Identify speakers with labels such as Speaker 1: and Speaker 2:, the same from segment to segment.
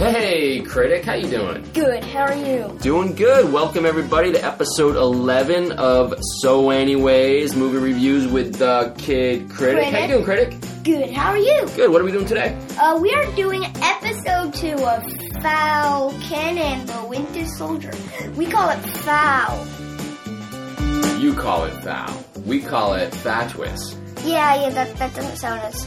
Speaker 1: Hey, critic, how you doing?
Speaker 2: Good, how are you?
Speaker 1: Doing good. Welcome everybody to episode 11 of So Anyways movie reviews with the kid critic. How you
Speaker 2: Critic.
Speaker 1: doing, critic?
Speaker 2: Good, how are you?
Speaker 1: Good. What are we doing today?
Speaker 2: Uh, we are doing episode two of Falcon and the Winter Soldier. We call it Foul.
Speaker 1: You call it foul. We call it fatwis.
Speaker 2: Yeah, yeah, that, that doesn't sound as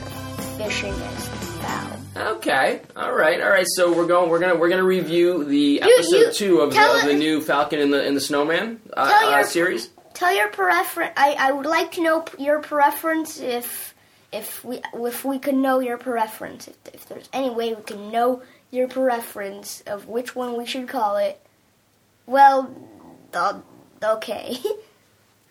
Speaker 2: fishing as Foul.
Speaker 1: Okay. All right. All right. So we're going. We're gonna. We're gonna review the
Speaker 2: You-
Speaker 1: episode
Speaker 2: you-
Speaker 1: two of the,
Speaker 2: tell
Speaker 1: of the
Speaker 2: us-
Speaker 1: new Falcon and the and the Snowman uh,
Speaker 2: Tell
Speaker 1: uh,
Speaker 2: your-
Speaker 1: series.
Speaker 2: Tell your preference. I, I would like to know p- your preference if if we if we could know your preference. If, if there's any way we can know your preference of which one we should call it. Well, the, okay.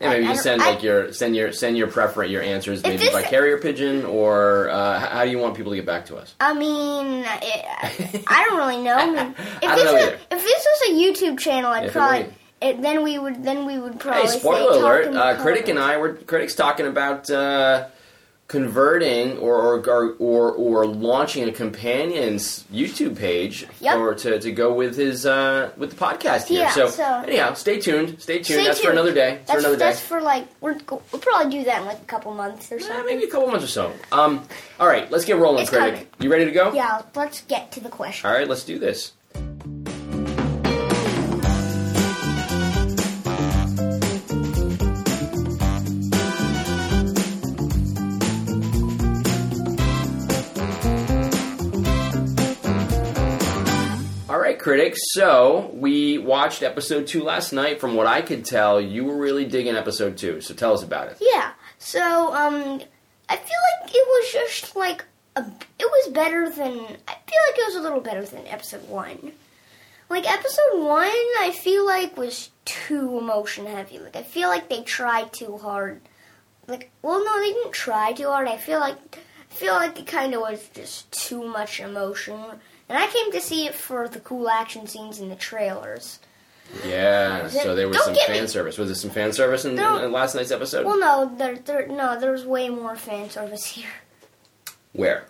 Speaker 1: And maybe
Speaker 2: I-
Speaker 1: you
Speaker 2: I-
Speaker 1: send
Speaker 2: I-
Speaker 1: like your send your send your preference your answers maybe
Speaker 2: this-
Speaker 1: by carrier pigeon or uh, h- how do you want people to get back to us?
Speaker 2: I mean, it, I don't really know. I mean, if,
Speaker 1: I don't
Speaker 2: this
Speaker 1: know
Speaker 2: was,
Speaker 1: either.
Speaker 2: if this was a YouTube channel, I'd
Speaker 1: If it
Speaker 2: probably
Speaker 1: were-
Speaker 2: it, then we would then we would probably.
Speaker 1: Hey,
Speaker 2: say
Speaker 1: spoiler
Speaker 2: Talk
Speaker 1: alert!
Speaker 2: in
Speaker 1: Uh, Critic and
Speaker 2: Colours.
Speaker 1: I were critics talking about uh, converting or or, or or or launching a companion's YouTube page
Speaker 2: Yep.
Speaker 1: or to, to go with his uh, with the podcast here.
Speaker 2: Yeah,
Speaker 1: so,
Speaker 2: so-
Speaker 1: anyhow, stay tuned. Stay tuned.
Speaker 2: Stay
Speaker 1: that's for
Speaker 2: tuned.
Speaker 1: another day. That's, for
Speaker 2: That's
Speaker 1: another day.
Speaker 2: that's for like we're, go- we'll probably do that in like a couple months or
Speaker 1: Eh,
Speaker 2: something.
Speaker 1: maybe a couple months or so. Um, all right, let's get rolling,
Speaker 2: It's
Speaker 1: Critic.
Speaker 2: coming.
Speaker 1: You ready to go?
Speaker 2: Yeah, let's get to the question.
Speaker 1: All right, let's do this. All right, critics. So we watched episode two last night. From what I could tell, you were really digging episode two. So tell us about it.
Speaker 2: Yeah. So um, I feel like it was just like a, it was better than I feel like it was a little better than episode one. Like episode one, I feel like was too emotion heavy. Like I feel like they tried too hard. Like well, no, they didn't try too hard. I feel like I feel like it kind of was just too much emotion. And I came to see it for the cool action scenes in the trailers.
Speaker 1: Yeah. So there was
Speaker 2: Don't
Speaker 1: some
Speaker 2: get me-
Speaker 1: fan service. Was there some fan service in,
Speaker 2: Don't-
Speaker 1: in last night's episode?
Speaker 2: Well, no, there, there, no, there's way more fan service here
Speaker 1: Where?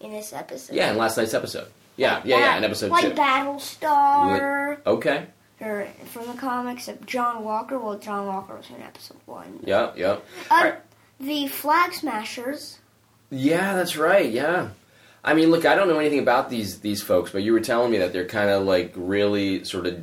Speaker 2: in this episode.
Speaker 1: Yeah, in last night's episode. Yeah, yeah, yeah, in episode
Speaker 2: like
Speaker 1: two.
Speaker 2: Battlestar
Speaker 1: Okay.
Speaker 2: or from the comics of John Walker. Well, John Walker was in episode one.
Speaker 1: Yep, yep.
Speaker 2: Uh,
Speaker 1: Alright.
Speaker 2: The Flag Smashers.
Speaker 1: Yeah, that's right. Yeah. I mean, look, I don't know anything about these these folks, but you were telling me that they're kind of like really sort of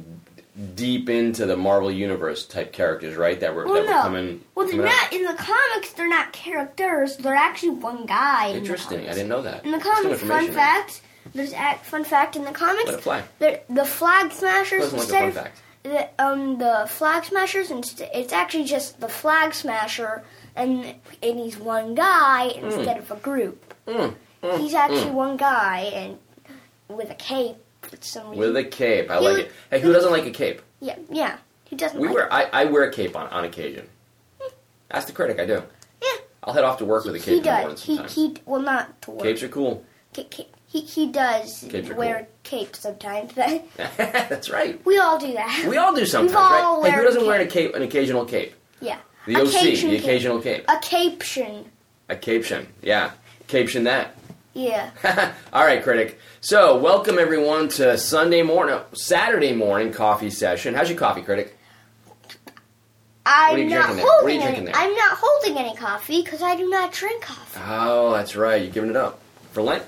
Speaker 1: deep into the Marvel universe type characters, right? That were
Speaker 2: Well,
Speaker 1: that were
Speaker 2: no.
Speaker 1: coming.
Speaker 2: Well, they're
Speaker 1: coming out.
Speaker 2: not in the comics. They're not characters. They're actually one guy. in the
Speaker 1: Interesting. I
Speaker 2: comics.
Speaker 1: didn't know that.
Speaker 2: In the
Speaker 1: That's new
Speaker 2: comics, fun
Speaker 1: information.
Speaker 2: fact. There's a fun fact in the comics.
Speaker 1: Let it fly.
Speaker 2: The, the Flag Smashers
Speaker 1: Doesn't like a
Speaker 2: instead
Speaker 1: fun
Speaker 2: of
Speaker 1: fact.
Speaker 2: the, um the Flag Smashers instead it's actually just the Flag Smasher and and he's one guy
Speaker 1: Hmm.
Speaker 2: instead of a group.
Speaker 1: Mm,
Speaker 2: he's actually one guy and with a cape for some reason.
Speaker 1: With a cape, I
Speaker 2: You-
Speaker 1: like it. Hey, who doesn't like a cape?
Speaker 2: yeah, yeah. He doesn't
Speaker 1: We
Speaker 2: like
Speaker 1: wear I, I wear a cape on on occasion. Ask the critic. I do.
Speaker 2: Yeah.
Speaker 1: I'll head off to work with a cape
Speaker 2: he
Speaker 1: in the morning
Speaker 2: does. He
Speaker 1: sometimes.
Speaker 2: he well not to work.
Speaker 1: Capes are cool.
Speaker 2: Ca- ca- he he does
Speaker 1: Capes are
Speaker 2: wear a cape sometimes, but
Speaker 1: that's right.
Speaker 2: we all do that.
Speaker 1: We all do sometimes,
Speaker 2: We've all
Speaker 1: right? Hey, who
Speaker 2: wear
Speaker 1: doesn't
Speaker 2: a
Speaker 1: wear a cape, an occasional cape?
Speaker 2: yeah.
Speaker 1: The OC,
Speaker 2: Occasion
Speaker 1: the
Speaker 2: cape.
Speaker 1: occasional cape.
Speaker 2: A caption.
Speaker 1: A caption, yeah. Caption that.
Speaker 2: Yeah.
Speaker 1: all right, critic. So, welcome everyone to Sunday morning, no, Saturday morning coffee session. How's your coffee, critic?
Speaker 2: I'm
Speaker 1: What are you
Speaker 2: not
Speaker 1: drinking there? What are
Speaker 2: holding
Speaker 1: you drinking
Speaker 2: any,
Speaker 1: there?
Speaker 2: I'm not holding any coffee because I do not drink coffee.
Speaker 1: Oh, that's right. You're giving it up for Lent.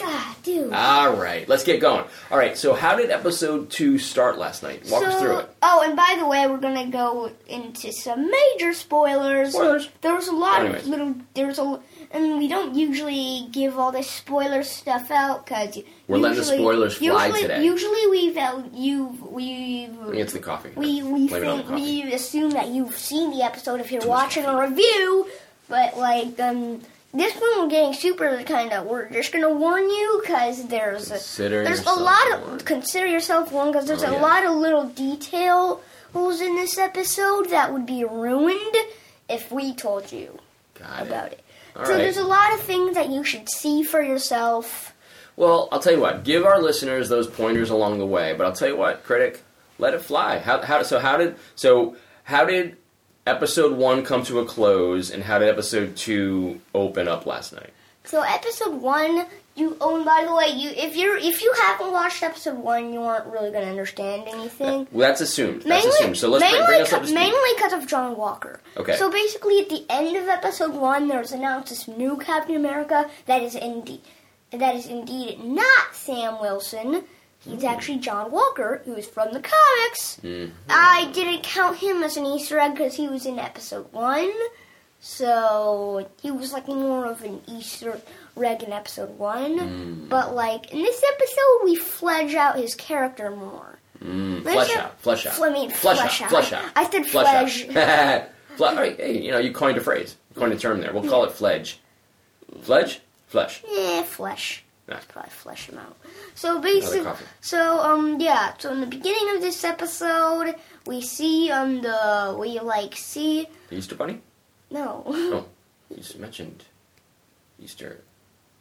Speaker 1: Ah.
Speaker 2: God, dude.
Speaker 1: All right, let's get going. All right. So, how did episode two start last night? Walk us through it.
Speaker 2: Oh, and by the way, we're gonna go into some major spoilers.
Speaker 1: Spoilers.
Speaker 2: There was a lot
Speaker 1: Anyways.
Speaker 2: of little. There's a, and we don't usually give all this spoiler stuff out because
Speaker 1: We're letting the spoilers fly
Speaker 2: usually,
Speaker 1: today.
Speaker 2: Usually, we val- you we
Speaker 1: It's the coffee.
Speaker 2: we we
Speaker 1: Blame it on the
Speaker 2: think
Speaker 1: coffee.
Speaker 2: we assume that you've seen the episode if you're
Speaker 1: much
Speaker 2: watching a review, but like um, this one we're getting super kind of we're just gonna warn you because there's a,
Speaker 1: Consider
Speaker 2: there's a
Speaker 1: yourself
Speaker 2: lot of
Speaker 1: warned.
Speaker 2: consider yourself warned because there's
Speaker 1: Oh,
Speaker 2: a
Speaker 1: yeah.
Speaker 2: lot of little details in this episode that would be ruined if we told you
Speaker 1: Got it.
Speaker 2: about it.
Speaker 1: All
Speaker 2: so
Speaker 1: right.
Speaker 2: there's a lot of things that you should see for yourself.
Speaker 1: Well, I'll tell you what. Give our listeners those pointers along the way, but I'll tell you what, critic, let it fly. How, how so? How did so? How did episode one come to a close, and how did episode two open up last night?
Speaker 2: So episode one, You oh, and by the way, you if you're if you haven't watched episode one, you aren't really gonna understand anything.
Speaker 1: Well, that's assumed. That's
Speaker 2: Mainly,
Speaker 1: assumed. So let's bring,
Speaker 2: mainly,
Speaker 1: bring us up to
Speaker 2: cu-
Speaker 1: speed.
Speaker 2: mainly because of John Walker.
Speaker 1: Okay.
Speaker 2: So basically, at the end of episode one, there's announced this new Captain America that is indeed that is indeed not Sam Wilson. He's
Speaker 1: Hmm.
Speaker 2: actually John Walker, who is from the comics.
Speaker 1: Mhm.
Speaker 2: I didn't count him as an Easter egg because he was in episode one, so he was like more of an Easter egg in episode one.
Speaker 1: Mm.
Speaker 2: But like in this episode, we fledge out his character more.
Speaker 1: Mm,
Speaker 2: Let's
Speaker 1: flesh
Speaker 2: not-
Speaker 1: out, flesh out.
Speaker 2: Fl- I mean,
Speaker 1: flesh,
Speaker 2: flesh
Speaker 1: out,
Speaker 2: out.
Speaker 1: flesh out.
Speaker 2: I said
Speaker 1: flesh out. Fle- all right, hey, you know, you coined a phrase, you coined a term there. We'll call it fledge. Fledge? Flesh.
Speaker 2: Yeah, flesh.
Speaker 1: Yeah.
Speaker 2: Let's probably flesh them out. So basically,
Speaker 1: coffee.
Speaker 2: so um, yeah. So in the beginning of this episode, we see um the we like see
Speaker 1: The Easter Bunny?
Speaker 2: no.
Speaker 1: Oh, You just mentioned Easter.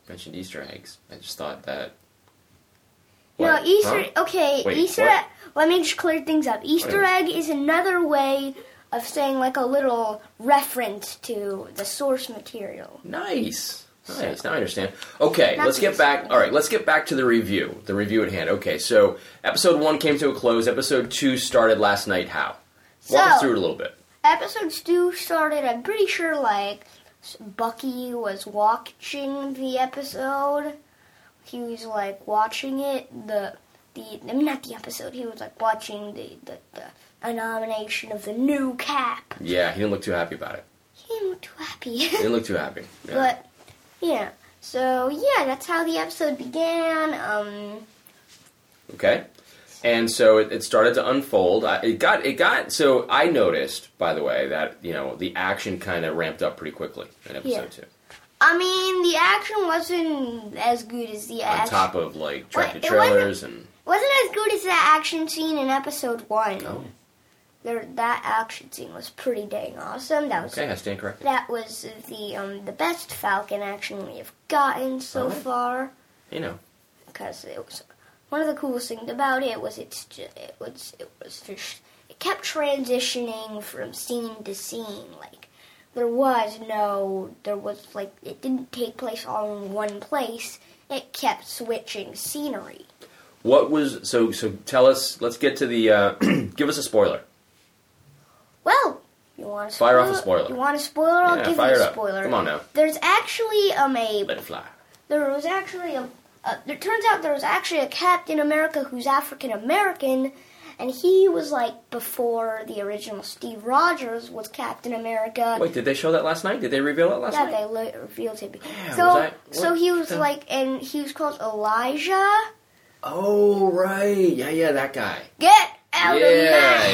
Speaker 1: Mentioned Easter eggs. I just thought that.
Speaker 2: No,
Speaker 1: What?
Speaker 2: Easter.
Speaker 1: Huh?
Speaker 2: Okay,
Speaker 1: Wait,
Speaker 2: Easter.
Speaker 1: what?
Speaker 2: e- Let me just clear things up. Easter egg is another way of saying like a little reference to the source material.
Speaker 1: Nice. Nice. Now I understand. Okay,
Speaker 2: Not
Speaker 1: let's get
Speaker 2: Easter
Speaker 1: back.
Speaker 2: egg.
Speaker 1: All right, let's get back to the review. The review at hand. Okay, so episode one came to a close. Episode two started last night. How? Walk
Speaker 2: So-
Speaker 1: us through it a little bit.
Speaker 2: Episodes two started. I'm pretty sure like s- Bucky was watching the episode. He was like watching it. The the I mean, not the episode. He was like watching the the, the nomination of the new cap.
Speaker 1: Yeah, he didn't look too happy about it.
Speaker 2: He didn't look too happy.
Speaker 1: He didn't look too happy. Yeah.
Speaker 2: But yeah, so yeah, that's how the episode began. Um,
Speaker 1: Okay. And so it, it started to unfold. I, it got it got so I noticed, by the way, that you know the action kind of ramped up pretty quickly in episode
Speaker 2: Yeah.
Speaker 1: two.
Speaker 2: I mean, the action wasn't as good as the
Speaker 1: On
Speaker 2: action.
Speaker 1: top of like tractor
Speaker 2: Wait, it wasn't-
Speaker 1: trailers and
Speaker 2: wasn't as good as the action scene in episode one.
Speaker 1: oh,
Speaker 2: There, that action scene was pretty dang awesome. That was
Speaker 1: okay, I stand corrected.
Speaker 2: that was the um the best Falcon action we have gotten so
Speaker 1: Alright.
Speaker 2: far
Speaker 1: You know,
Speaker 2: because it was one of the coolest things about it was it's ju- it was it was just it kept transitioning from scene to scene like there was no there was like it didn't take place all in one place it kept switching scenery
Speaker 1: what was so so? Tell us. Let's get to the. Uh, give us a spoiler.
Speaker 2: well you want to
Speaker 1: Fire off a spoiler.
Speaker 2: you want a spoiler I'll
Speaker 1: Yeah,
Speaker 2: Oh, give
Speaker 1: fire
Speaker 2: you
Speaker 1: it
Speaker 2: a
Speaker 1: up.
Speaker 2: spoiler
Speaker 1: Come on now.
Speaker 2: there's actually um a
Speaker 1: Let it fly.
Speaker 2: there was actually a. Uh, it turns out there was actually a Captain America who's African American, and he was like before the original Steve Rogers was Captain America.
Speaker 1: Wait, did they show that last night? Did they reveal it last
Speaker 2: Uh, yeah,
Speaker 1: night?
Speaker 2: they la- revealed him.
Speaker 1: Yeah,
Speaker 2: so,
Speaker 1: was I-
Speaker 2: so
Speaker 1: what
Speaker 2: he was
Speaker 1: the-
Speaker 2: like, and he was called Elijah.
Speaker 1: Oh right, yeah, yeah, that guy.
Speaker 2: Get out
Speaker 1: yeah, that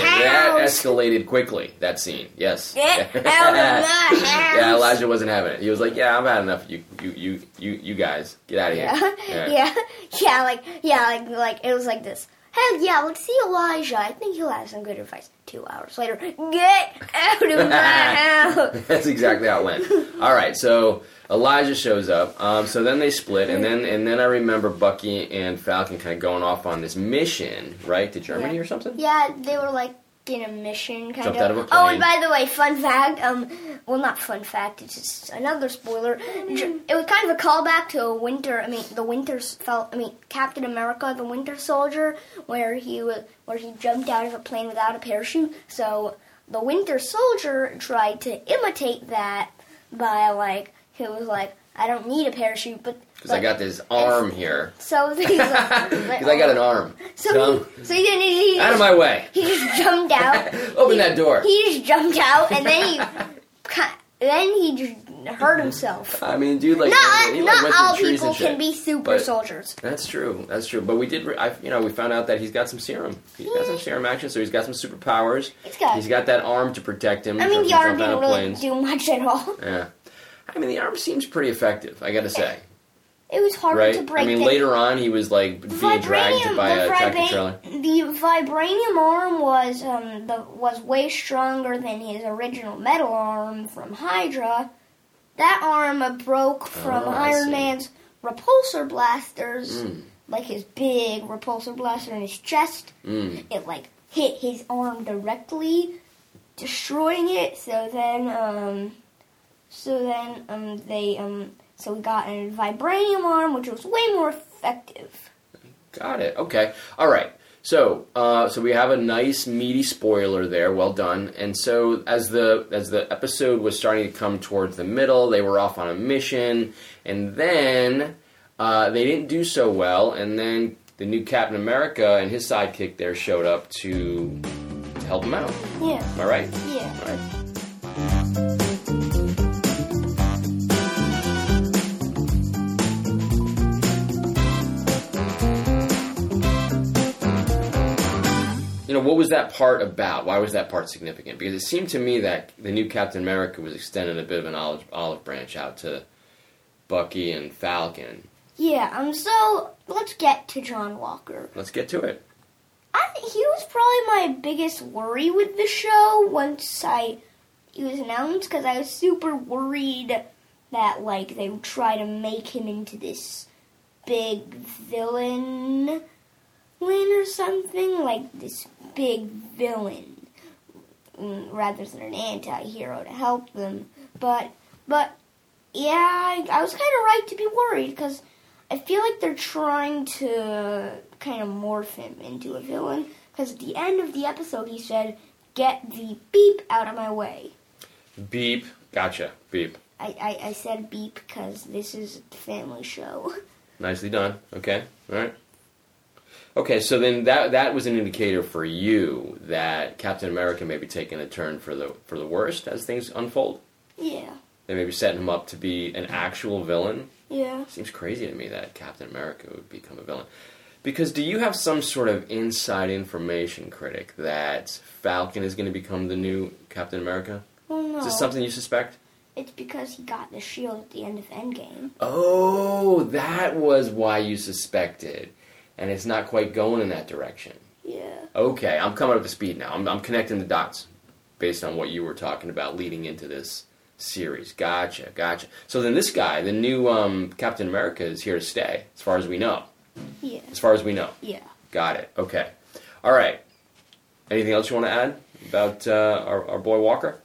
Speaker 2: of my house!
Speaker 1: escalated quickly. That scene, yes.
Speaker 2: Get out of my house.
Speaker 1: Yeah, Elijah wasn't having it. He was like, "Yeah, I've had enough. Of you, you, you, you, you guys, get out of here."
Speaker 2: yeah, yeah, yeah, like, yeah, like, like it was like this. Hell yeah, let's see Elijah. I think he'll have some good advice. Two hours later, get out of my house.
Speaker 1: That's exactly how it went. All right, so Elijah shows up. Um, so then they split, and then and then I remember Bucky and Falcon kind of going off on this mission, right, to Germany
Speaker 2: Yeah.
Speaker 1: or something.
Speaker 2: Yeah, they were like in a mission kind
Speaker 1: Jumped
Speaker 2: of.
Speaker 1: out of a
Speaker 2: Oh, and
Speaker 1: plane.
Speaker 2: by the way, fun fact. Um, well, not fun fact. It's just another spoiler. J- It was kind of a callback to a winter. I mean, the Winter felt. I mean, Captain America, the Winter Soldier, where he was, where he jumped out of a plane without a parachute. So the Winter Soldier tried to imitate that by like he was like, I don't need a parachute, but
Speaker 1: Because I got this arm here.
Speaker 2: so he's like,
Speaker 1: Because I got an arm.
Speaker 2: so he, so he didn't. He,
Speaker 1: Out of my way.
Speaker 2: he just jumped out.
Speaker 1: Open that door.
Speaker 2: He just jumped out, and then he, ki- then he just hurt himself.
Speaker 1: I mean, dude, like,
Speaker 2: Not
Speaker 1: he, like,
Speaker 2: not
Speaker 1: went through
Speaker 2: all
Speaker 1: trees
Speaker 2: people
Speaker 1: and shit.
Speaker 2: can be super
Speaker 1: but-
Speaker 2: soldiers.
Speaker 1: That's true. That's true. But we did, re- I, you know, we found out that he's got some serum. He's got some serum action, so he's got some superpowers.
Speaker 2: He's got-
Speaker 1: He's got that arm to protect him.
Speaker 2: I mean,
Speaker 1: from
Speaker 2: the arm
Speaker 1: jumping out
Speaker 2: didn't
Speaker 1: of
Speaker 2: really
Speaker 1: planes.
Speaker 2: do much at all.
Speaker 1: Yeah. I mean, the arm seems pretty effective. I got to say,
Speaker 2: It was hard
Speaker 1: right?
Speaker 2: to break.
Speaker 1: I mean,
Speaker 2: the-
Speaker 1: later on, he was like being dragged by a tractor trailer.
Speaker 2: the, vibranium, the vibranium arm was um the, was way stronger than his original metal arm from Hydra. That arm uh, broke from
Speaker 1: Oh, I see.
Speaker 2: Iron Man's repulsor blasters,
Speaker 1: Mm,
Speaker 2: like his big repulsor blaster in his chest.
Speaker 1: mm.
Speaker 2: it like hit his arm directly, destroying it. So then, um, so then, um, they um, So we got a vibranium arm, which was way more effective.
Speaker 1: Got it. Okay. All right. So, uh, so we have a nice meaty spoiler there. Well done. And so, as the as the episode was starting to come towards the middle, they were off on a mission, and then uh, they didn't do so well. And then the new Captain America and his sidekick there showed up to help them out.
Speaker 2: Yeah.
Speaker 1: Am I right?
Speaker 2: Yeah.
Speaker 1: All right. you know, what was that part about? Why was that part significant? Because it seemed to me that the new Captain America was extending a bit of an olive, olive branch out to Bucky and Falcon.
Speaker 2: Yeah. Um. So let's get to John Walker.
Speaker 1: Let's get to it.
Speaker 2: I, he was probably my biggest worry with the show once I he was announced because I was super worried that like they would try to make him into this big villain, villain or something like this big villain mm, rather than an anti-hero to help them. But but yeah, I, I was kind of right to be worried because I feel like they're trying to kind of morph him into a villain because at the end of the episode he said, "Get the beep out of my way."
Speaker 1: Beep. Gotcha. Beep.
Speaker 2: I, I, I said beep because this is a family show.
Speaker 1: Nicely done. Okay. All right. Okay, so then that that was an indicator for you that Captain America may be taking a turn for the for the worst as things unfold.
Speaker 2: yeah,
Speaker 1: They may be setting him up to be an actual villain.
Speaker 2: yeah.
Speaker 1: Seems crazy to me that Captain America would become a villain. Because do you have some sort of inside information, critic, that Falcon is going to become the new Captain America?
Speaker 2: Well, no,
Speaker 1: Is this something you suspect?
Speaker 2: it's because he got the shield at the end of Endgame.
Speaker 1: Oh, that was why you suspected. And it's not quite going in that direction.
Speaker 2: Yeah,
Speaker 1: Okay, I'm coming up to speed now. I'm, I'm connecting the dots based on what you were talking about leading into this series. Gotcha, gotcha. So then this guy, the new um, Captain America, is here to stay, as far as we know.
Speaker 2: yeah,
Speaker 1: As far as we know.
Speaker 2: yeah.
Speaker 1: Got it. Okay. All right. Anything else you want to add about uh, our, our boy Walker?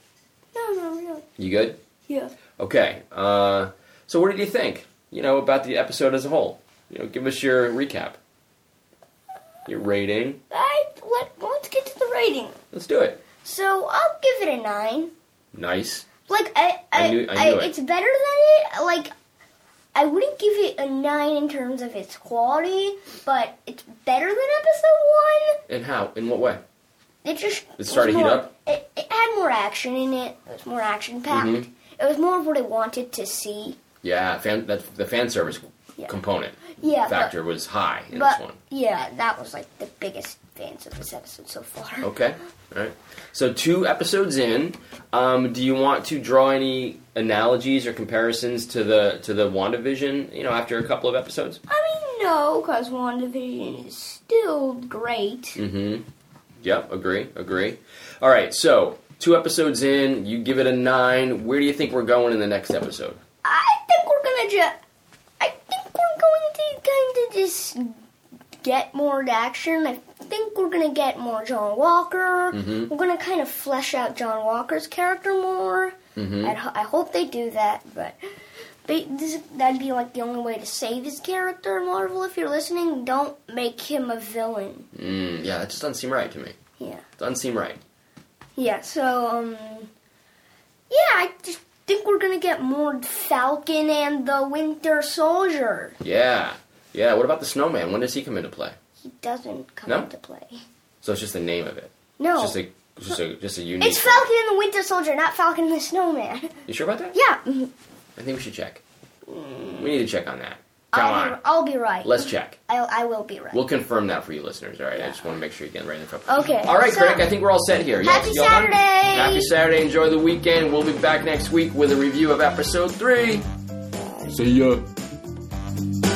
Speaker 2: No, no, really.
Speaker 1: You good?
Speaker 2: Yeah.
Speaker 1: Okay. Uh, so, what did you think? You know about the episode as a whole. You know, give us your recap. Your rating.
Speaker 2: I let let's get to the rating.
Speaker 1: Let's do it.
Speaker 2: So I'll give it a nine.
Speaker 1: Nice.
Speaker 2: Like I,
Speaker 1: I
Speaker 2: I,
Speaker 1: knew- I knew it.
Speaker 2: it's better than it. Like I wouldn't give it a nine in terms of its quality, but it's better than episode
Speaker 1: And how? In what way?
Speaker 2: one. It just
Speaker 1: It started to
Speaker 2: was
Speaker 1: heat
Speaker 2: more-
Speaker 1: up?
Speaker 2: It, it had more action in it. It was more action packed.
Speaker 1: Mhm.
Speaker 2: It was more of what I wanted to see.
Speaker 1: Yeah, fan, that, the fan service
Speaker 2: Yeah.
Speaker 1: component
Speaker 2: Yeah, but-
Speaker 1: factor was high in
Speaker 2: but
Speaker 1: this one.
Speaker 2: yeah, that was like the biggest advance of this episode so far.
Speaker 1: Okay. All right. So two episodes in, um, do you want to draw any analogies or comparisons to the to the WandaVision? You know, after a couple of episodes.
Speaker 2: I mean, no, because WandaVision is still great.
Speaker 1: Mm-hmm. Yep. Agree. Agree. All right. So two episodes in, you give it a nine. Where do you think we're going in the next episode?
Speaker 2: I think we're gonna just. I think we're going to kind of just get more action. I think we're gonna get more John Walker.
Speaker 1: Mhm.
Speaker 2: We're gonna kind of flesh out John Walker's character more.
Speaker 1: Mhm.
Speaker 2: I'd ho- I hope they do that, but. ba- This, that'd be like the only way to save his character, Marvel. If you're listening, don't make him a villain.
Speaker 1: Mm, yeah, that just doesn't seem right to me.
Speaker 2: Yeah.
Speaker 1: Doesn't seem right.
Speaker 2: Yeah, so, um. Yeah, I just think we're gonna get more Falcon and the Winter Soldier.
Speaker 1: Yeah. Yeah. What about the snowman? When does he come into play?
Speaker 2: He doesn't come
Speaker 1: No?
Speaker 2: into play.
Speaker 1: So it's just the name of it.
Speaker 2: No.
Speaker 1: It's just a just a just a unique.
Speaker 2: It's Falcon and the Winter Soldier, not Falcon and the Snowman.
Speaker 1: You sure about that?
Speaker 2: yeah. mhm.
Speaker 1: I think we should check. We need to check on that. Come
Speaker 2: I'll,
Speaker 1: on.
Speaker 2: Be, I'll be right.
Speaker 1: Let's check.
Speaker 2: I, I will be right.
Speaker 1: We'll confirm that for you listeners, all right? I just want to make sure you get it right in front.
Speaker 2: Okay,
Speaker 1: All right,
Speaker 2: so-
Speaker 1: Critic, I think we're all set here. Y'all-
Speaker 2: Happy
Speaker 1: y'all done?
Speaker 2: Saturday!
Speaker 1: Happy Saturday. Enjoy the weekend. We'll be back next week with a review of episode three. See ya.